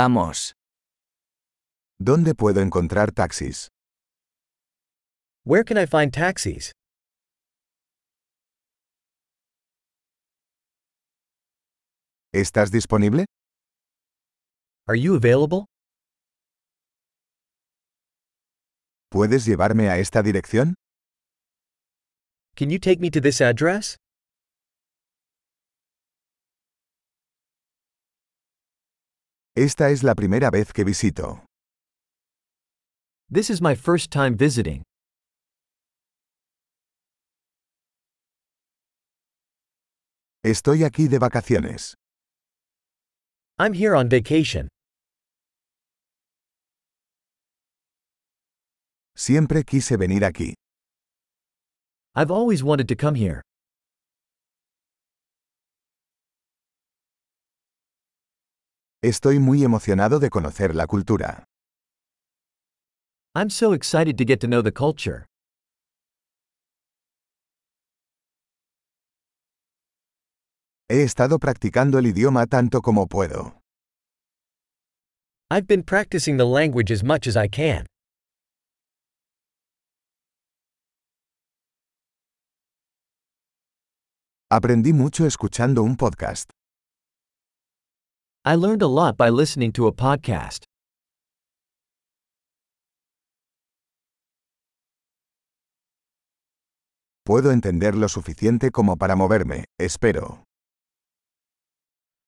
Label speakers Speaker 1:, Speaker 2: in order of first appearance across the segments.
Speaker 1: Vamos.
Speaker 2: ¿Dónde puedo encontrar taxis?
Speaker 3: Where can I find taxis?
Speaker 2: ¿Estás disponible?
Speaker 3: Are you available?
Speaker 2: ¿Puedes llevarme a esta dirección?
Speaker 3: Can you take me to this address?
Speaker 2: Esta es la primera vez que visito.
Speaker 3: This is my first time visiting.
Speaker 2: Estoy aquí de vacaciones.
Speaker 3: I'm here on vacation.
Speaker 2: Siempre quise venir aquí.
Speaker 3: I've always wanted to come here.
Speaker 2: Estoy muy emocionado de conocer la cultura.
Speaker 3: I'm so excited to get to know the culture.
Speaker 2: He estado practicando el idioma tanto como puedo.
Speaker 3: I've been practicing the language as much as I can.
Speaker 2: Aprendí mucho escuchando un podcast.
Speaker 3: I learned a lot by listening to a podcast.
Speaker 2: Puedo entender lo suficiente como para moverme, espero.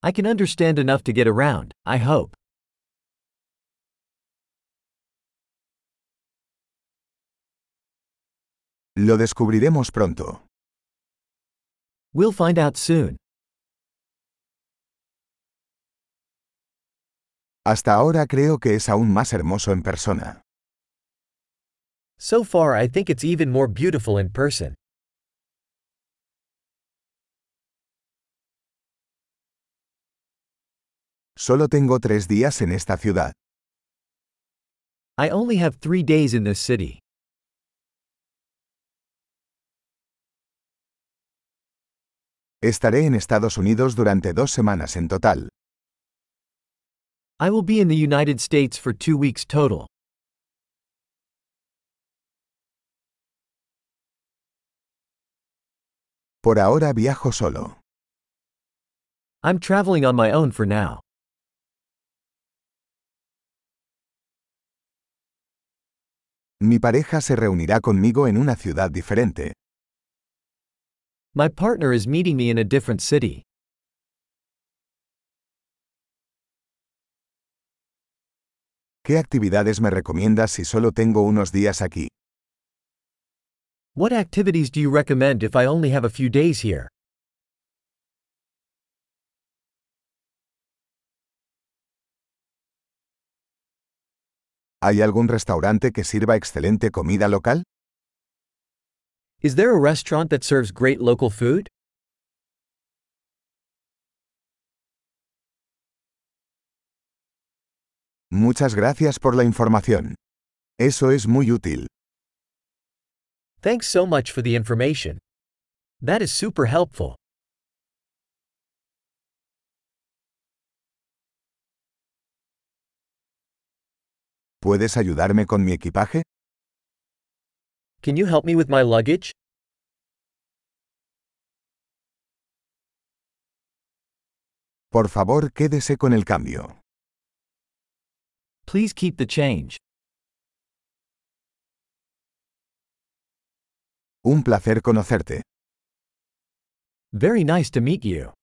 Speaker 3: I can understand enough to get around, I hope.
Speaker 2: Lo descubriremos pronto.
Speaker 3: We'll find out soon.
Speaker 2: Hasta ahora creo que es aún más hermoso en persona.
Speaker 3: So far, I think it's even more beautiful in person.
Speaker 2: Solo tengo tres días en esta ciudad.
Speaker 3: I only have three days in this city.
Speaker 2: Estaré en Estados Unidos durante dos semanas en total.
Speaker 3: I will be in the United States for two weeks total.
Speaker 2: Por ahora viajo solo.
Speaker 3: I'm traveling on my own for now.
Speaker 2: Mi pareja se reunirá conmigo en una ciudad diferente.
Speaker 3: My partner is meeting me in a different city.
Speaker 2: ¿Qué actividades me recomiendas si solo tengo unos días aquí?
Speaker 3: What activities do you recommend if I only have a few days here?
Speaker 2: ¿Hay algún restaurante que sirva excelente comida local?
Speaker 3: Is there a restaurant that serves great local food?
Speaker 2: Muchas gracias por la información. Eso es muy útil.
Speaker 3: Thanks so much for the information. That is super helpful.
Speaker 2: ¿Puedes ayudarme con mi equipaje?
Speaker 3: Can you help me with my luggage?
Speaker 2: Por favor, quédese con el cambio.
Speaker 3: Please keep the change.
Speaker 2: Un placer conocerte.
Speaker 3: Very nice to meet you.